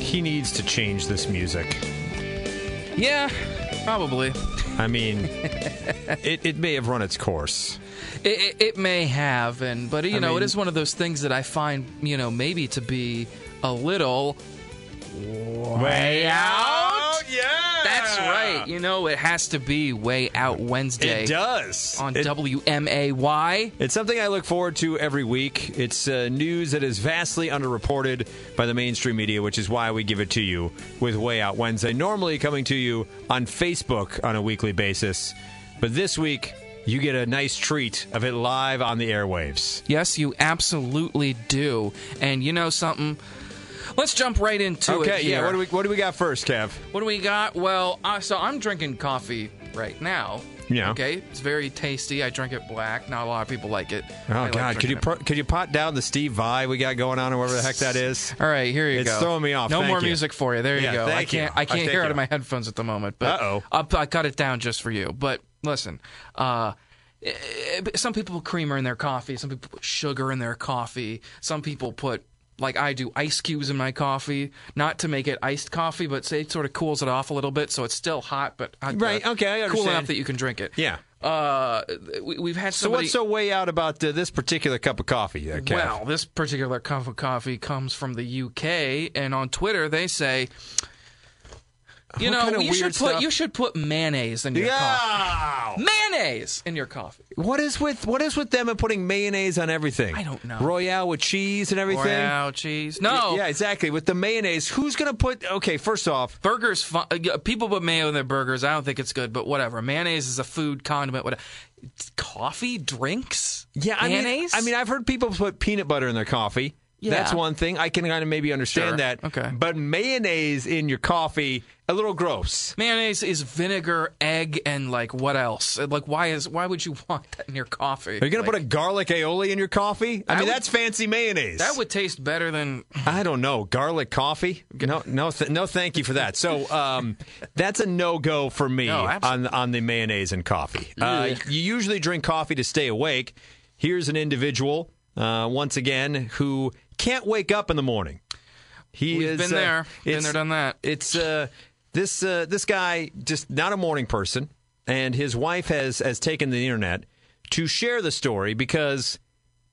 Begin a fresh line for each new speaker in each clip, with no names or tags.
he needs to change this music.
Yeah, probably.
I mean, it, it may have run its course.
It, it, it may have, and but you
I
know,
mean-
it is one of those things that I find you know maybe to be a little
Way
out?
yeah.
That's right. You know, it has to be Way Out Wednesday
Ah. It does.
on
It-
WMAY.
It's something I look forward to every week. It's uh, news that is vastly underreported by the mainstream media, which is why we give it to you with Way Out Wednesday, normally coming to you on Facebook on a weekly basis. But this week, you get a nice treat of it live on the airwaves.
Yes, you absolutely do. And you know something? Let's jump right into it.
okay, yeah.
here.
What do we what do we got first, Kev?
What do we got? Well, uh, so I'm drinking coffee right now.
Yeah.
Okay. It's very tasty. I drink it black. Not a lot of people like it.
Oh
I
God, could
like drinking
you
it
pro- could you pot down the Steve Vai we got going on, or whatever the heck that is?
All right, here you
It's
go.
throwing me off.
No
Thank
more
you.
music for you. There
Yeah,
you go. I
thank you.
can't. I
Uh,
can't
thank
hear out
you.
of my headphones at the moment. But
Uh-oh.
I'll- I cut it down just for you. But listen, uh, eh, eh, some people put creamer in their coffee. Some people put sugar in their coffee. Some people put like I do ice cubes in my coffee, not to make it iced coffee, but say it sort of cools it off a little bit, so it's still hot, but uh,
Right, okay, I
cool
understand.
enough that you can drink it.
Yeah.
Uh, we, we've had
So
somebody.
what's so way out about uh, this particular cup of coffee, uh, Kev?
Well, this particular cup of coffee comes from the UK, and on Twitter they say, you
What
know,
kinda
you should
weird
put
stuff?
you should put mayonnaise in your coffee.
yeah.
Mayonnaise in your coffee.
What is with what is with them and putting mayonnaise on everything?
I don't know.
Royale with cheese and everything. Oh.
Wow, cheese. No,
Yeah, exactly. With the mayonnaise, who's gonna put? Okay, first off,
burgers. Fu- uh, yeah, people put mayo in their burgers. I don't think it's good, but whatever. Mayonnaise is a food condiment. Whatever. It's coffee drinks.
yeah, I mean,
mayonnaise.
I mean, I've heard people put peanut butter in their coffee.
Yeah.
That's one thing I can kind of maybe understand
Sure.
that.
Okay.
but mayonnaise in your coffee, a little gross.
Mayonnaise is vinegar, egg, and like what else? Like, why is why would you want that in your coffee?
Are you gonna
Like,
put a garlic aioli in your coffee? I mean,
would-
that's fancy mayonnaise.
that would taste better than
I don't know. Garlic coffee? No, no, th- no. Thank you for that. So um, that's a no go for me
No, abs-
on on the mayonnaise and coffee. Uh, you usually drink coffee to stay awake. Here's an individual uh, once again who can't wake up in the morning. He
We've
is
been
uh,
there, been
it's-
there, done that.
It's uh, this uh, this guy just not a morning person, and his wife has has taken the internet to share the story because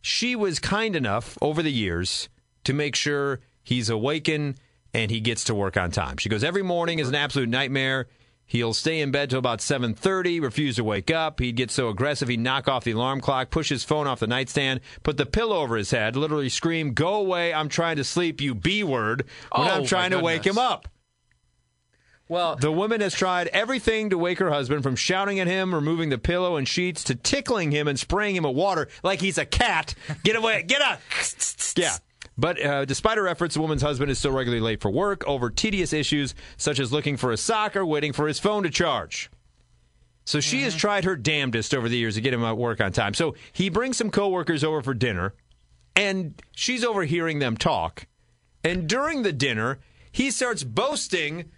she was kind enough over the years to make sure he's awakened and he gets to work on time. She goes every morning is an absolute nightmare. He'll stay in bed till about 7:30, refuse to wake up. He'd get so aggressive he'd knock off the alarm clock, push his phone off the nightstand, put the pillow over his head, literally scream, "Go away, I'm trying to sleep, you B word," when
Oh,
I'm
my
trying to wake
goodness.
him up.
Well,
The woman has tried everything to wake her husband from shouting at him, removing the pillow and sheets, to tickling him and spraying him with water like he's a cat. Get away, get out. yeah. But uh, despite her efforts, the woman's husband is still regularly late for work over tedious issues such as looking for a sock or waiting for his phone to charge. So she has tried her damnedest over the years to get him at work on time. So he brings some coworkers over for dinner, and she's overhearing them talk. And during the dinner, he starts boasting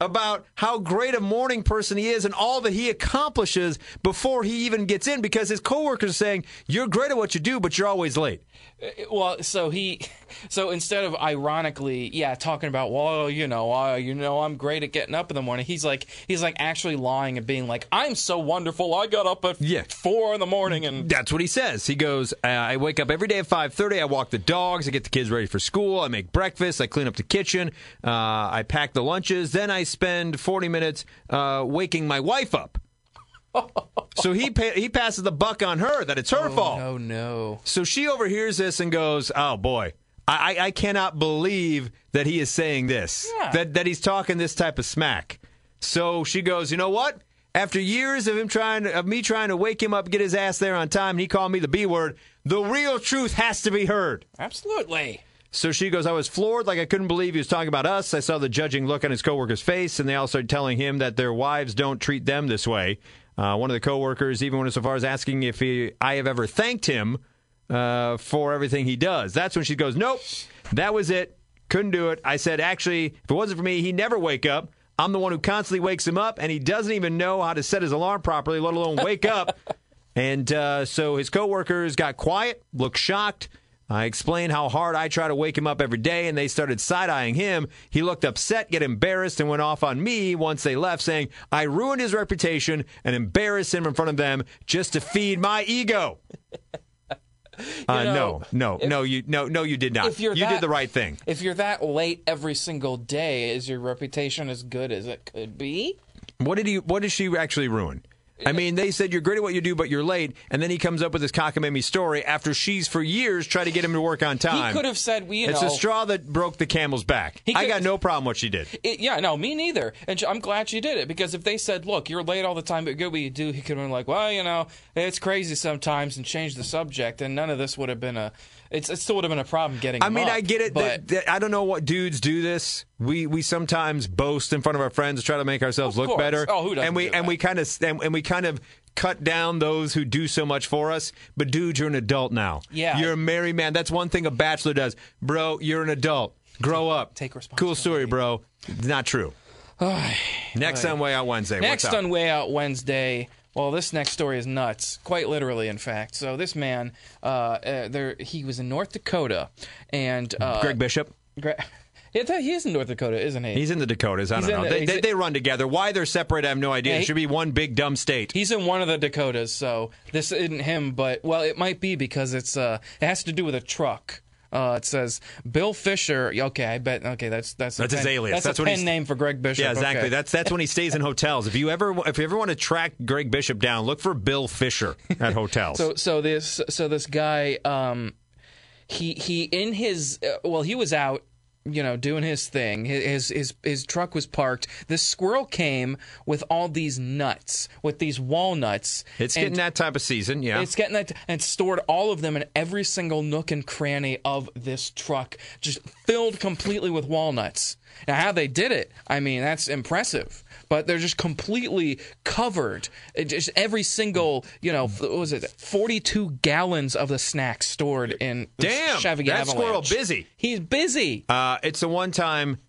about how great a morning person he is and all that he accomplishes before he even gets in because his coworkers are saying, You're great at what you do, but you're always late.
uh, well, so he, so instead of ironically, yeah, talking about, well, you know, uh, you know, I'm great at getting up in the morning. He's like, he's like actually lying and being like, I'm so wonderful. I got up at
Yeah.
four in the morning and
That's what he says. He goes, uh, I wake up every day at 5.30. I walk the dogs. I get the kids ready for school. I make breakfast. I clean up the kitchen. Uh, I pack the lunches. Then I spend 40 minutes uh, waking my wife up. so he pa- he passes the buck on her that it's her fault.
oh no,
So she overhears this and goes, "Oh boy, I, I, I cannot believe that he is saying this.
Yeah.
That that he's talking this type of smack." So she goes, "You know what? After years of him trying to, of me trying to wake him up, get his ass there on time, and he called me the B word. The real truth has to be heard."
absolutely.
So she goes, I was floored, like I couldn't believe he was talking about us. I saw the judging look on his coworker's face, and they all started telling him that their wives don't treat them this way. Uh, one of the coworkers even went so far as asking if he, I have ever thanked him uh, for everything he does. That's when she goes, Nope, that was it. Couldn't do it. I said, Actually, if it wasn't for me, he'd never wake up. I'm the one who constantly wakes him up, and he doesn't even know how to set his alarm properly, let alone wake up. And uh, so his coworkers got quiet, looked shocked. I explained how hard I try to wake him up every day, and they started side eyeing him. He looked upset, get embarrassed, and went off on me once they left, saying I ruined his reputation and embarrassed him in front of them just to feed my ego. uh,
know,
no, no, no, you no, no, you did not.
if you're
you
that-
did the right thing.
If you're that late every single day, is your reputation as good as it could be?
What did he? What did she actually ruin? I mean, they said you're great at what you do, but you're late, and then he comes up with this cockamamie story after she's for years tried to get him to work on
He
time.
could have said, "We, you
it's
know,
a straw that broke the camel's back.
He
I
could-
got no problem what she did.
It- yeah, no, me neither. And sh- I'm glad she did it because if they said, "Look, you're late all the time, but good what you do," he could have been like, "Well, you know, it's crazy sometimes," and changed the subject, and none of this would have been a. It's, it still would have been a problem getting.
I
him
mean,
up,
I get it.
but
that, that- I don't know what dudes do this. We we sometimes boast in front of our friends to try to make ourselves look
course.
better.
Oh, who doesn't
And we
do
and
that?
we kind of and, and we kind of cut down those who do so much for us. But dude, you're an adult now.
Yeah.
you're a married man. That's one thing a bachelor does, bro. You're an adult. Grow up.
take
Cool
responsibility.
story, bro. It's not true. Next on way out Wednesday.
Next
What's up?
on Way Out Wednesday. Well, this next story is nuts, quite literally, in fact. So this man, uh, uh, there, he was in North Dakota, and uh,
Greg Bishop.
Gre- Yeah, that- he is in North Dakota, isn't he?
He's in the Dakotas. I don't
in
know.
the-
they,
he's
they,
in-
they run together. Why they're separate, I have no idea.
Yeah,
it
he-
should be one big dumb state.
He's in one of the Dakotas, so this isn't him, but well, it might be because it's uh, it has to do with a truck. Uh, it says Bill Fisher. Okay, I bet. Okay, that's that's a
That's his
pen-
alias.
That's,
That's
a
what
pen
he's-
name for Greg Bishop.
Yeah, exactly.
Okay.
That's that's when he stays in hotels. If you ever if you ever want to track Greg Bishop down, look for Bill Fisher at hotels.
So so this so this guy um he he in his uh, well he was out you know doing his thing Hi- his his his truck was parked this squirrel came with all these nuts with these walnuts
it's
and
getting that type of season. Yeah,
it's getting that and stored all of them in every single nook and cranny of this truck just filled completely with walnuts now how they did it i mean that's impressive but they're just completely covered It just every single you know f- what was it 42 gallons of the snacks stored in the
Damn,
Chevy
that
Avalanche.
squirrel busy.
he's busy
uh, it's the one time,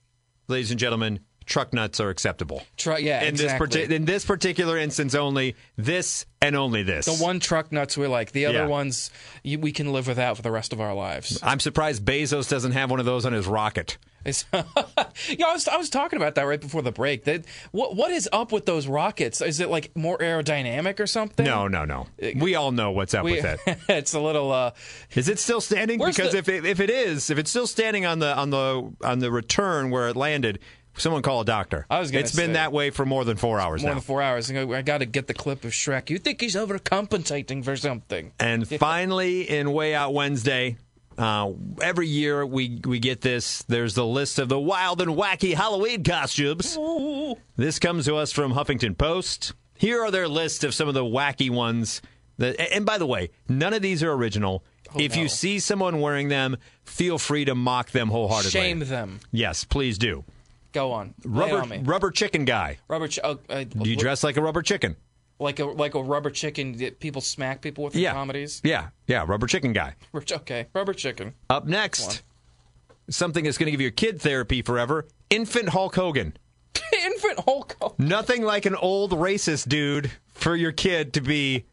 ladies and gentlemen, truck nuts are acceptable.
Tru- yeah
in
exactly.
this parti- in this particular instance only, this and only this.
the one truck nuts we like the other
Yeah.
ones you, we can live without for the rest of our lives
I'm surprised Bezos doesn't have one of those on his rocket.
It's, yeah, I was I was talking about that right before the break. That what what is up with those rockets? Is it like more aerodynamic or something?
No, no, no. We all know what's up
Uh, We-
with that.
it's a little. Uh,
Is it still standing?
Where's
because
the-
if it, if it is, if it's still standing on the on the on the return where it landed, someone call a doctor.
I was gonna
It's been
say-
that way for more than four hours
more
now.
than four hours. I go, I got to get the clip of Shrek. You think he's overcompensating for something?
And finally, in Way Out Wednesday, uh, every year we we get this. There's the list of the wild and wacky Halloween costumes. This comes to us from Huffington Post. Here are their list of some of the wacky ones. That, a- and by the way, none of these are original. if you
Oh, no.
see someone wearing them, feel free to mock them wholeheartedly.
Shame them.
Yes, please do.
Go on. Lay it
Rubber
on me.
rubber chicken guy.
Rubber. Ch- oh, uh,
Do you dress like a rubber chicken?
like a like a rubber chicken that people smack people with in
Yeah.
comedies?
Yeah. Yeah, rubber chicken guy.
Rubber ch- Okay, rubber chicken.
Up next, something that's going to give your kid therapy forever, infant Hulk Hogan.
Infant Hulk.
Nothing like an old racist dude for your kid to be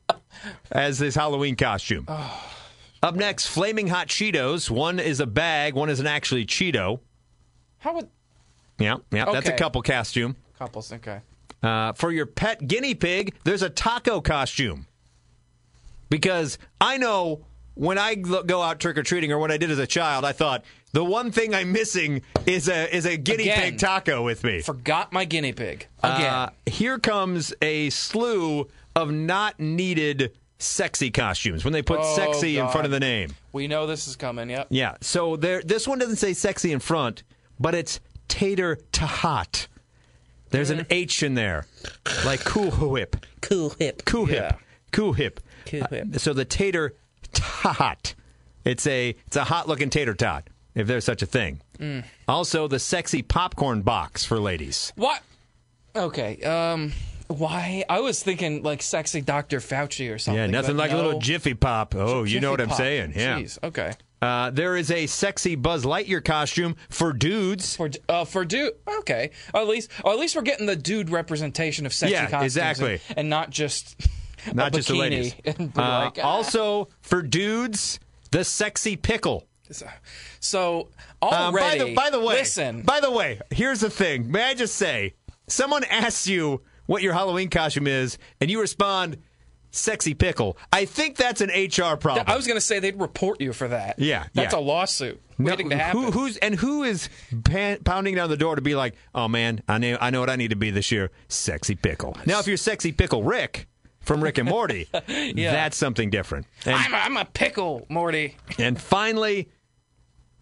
as this Halloween costume.
Oh.
Up next, flaming hot Cheetos. One is a bag, one isn't actually Cheeto.
How would
Yeah, yeah, that's a
Okay.
couple costume.
couples? Okay.
Uh, for your pet guinea pig, there's a taco costume. Because I know when I lo- go out trick or treating, or when I did as a child, I thought the one thing I'm missing is a is a guinea
Again.
pig taco with me.
Forgot my guinea pig again.
Uh, here comes a slew of not needed sexy costumes when they put
Oh,
sexy in
God.
front of the name.
we know this is coming. Yep.
Yeah. So there, this one doesn't say sexy in front, but it's tater to hot. There's an H in there, like cool whip.
cool hip.
Cool
Yeah.
hip. Cool hip.
Cool hip.
Uh, so the tater tot. It's a it's a hot looking tater tot, if there's such a thing.
Mm.
Also the sexy popcorn box for ladies.
What? Okay. Um. Why? I was thinking like sexy Dr. Fauci or something.
Yeah, nothing
but
like a
no.
little jiffy pop. Oh, you know
Jiffy
what I'm
Pop.
saying. Yeah.
Jeez. Okay.
Uh, there is a sexy Buzz Lightyear costume for dudes.
For uh, for dude. Okay. At least or at least we're getting the dude representation of sexy
Yeah,
costumes
exactly.
and, and not just
not
a
just the
bikini
ladies.
and be
Uh,
like, ah.
Also for dudes, the sexy pickle.
So
Um,
already,
by, the, by the way,
listen.
By the way, here's the thing. May I just say, someone asks you what your Halloween costume is, and you respond, "Sexy pickle." I think that's an HR problem.
I was going to say they'd report you for that.
Yeah,
that's
yeah.
a lawsuit
No,
waiting to happen.
Who, who's and who is pa- pounding down the door to be like, "Oh man, I know, I know what I need to be this year, sexy pickle." Now, if you're sexy pickle Rick from Rick and Morty, that's something different. And,
I'm, a, I'm a pickle, Morty.
and finally,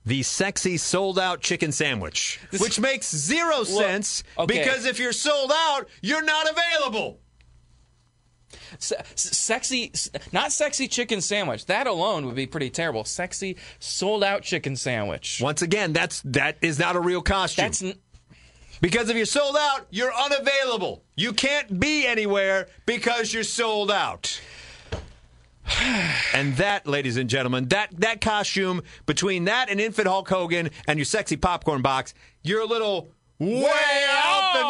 the sexy sold-out chicken sandwich, which makes zero sense
okay.
because if you're sold out, you're not available.
Se- se- sexy, s- not sexy chicken sandwich. That alone would be pretty terrible. Sexy sold out chicken sandwich.
Once again, that's that is not a real costume.
That's n-
Because if you're sold out, you're unavailable. You can't be anywhere because you're sold out. and that, ladies and gentlemen, that that costume between that and infant Hulk Hogan and your sexy popcorn box, you're a little way, out the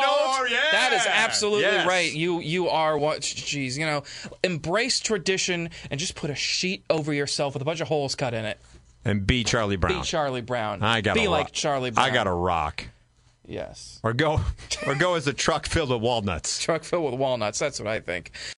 door. Yeah,
That is absolutely
Yes.
right. You you are what? Geez, you know, embrace tradition and just put a sheet over yourself with a bunch of holes cut in it.
And be Charlie Brown.
Be Charlie Brown.
I got
be
a
like Charlie Brown.
I got to rock,
yes.
or go, or go as a truck filled with walnuts.
Truck filled with walnuts. That's what I think.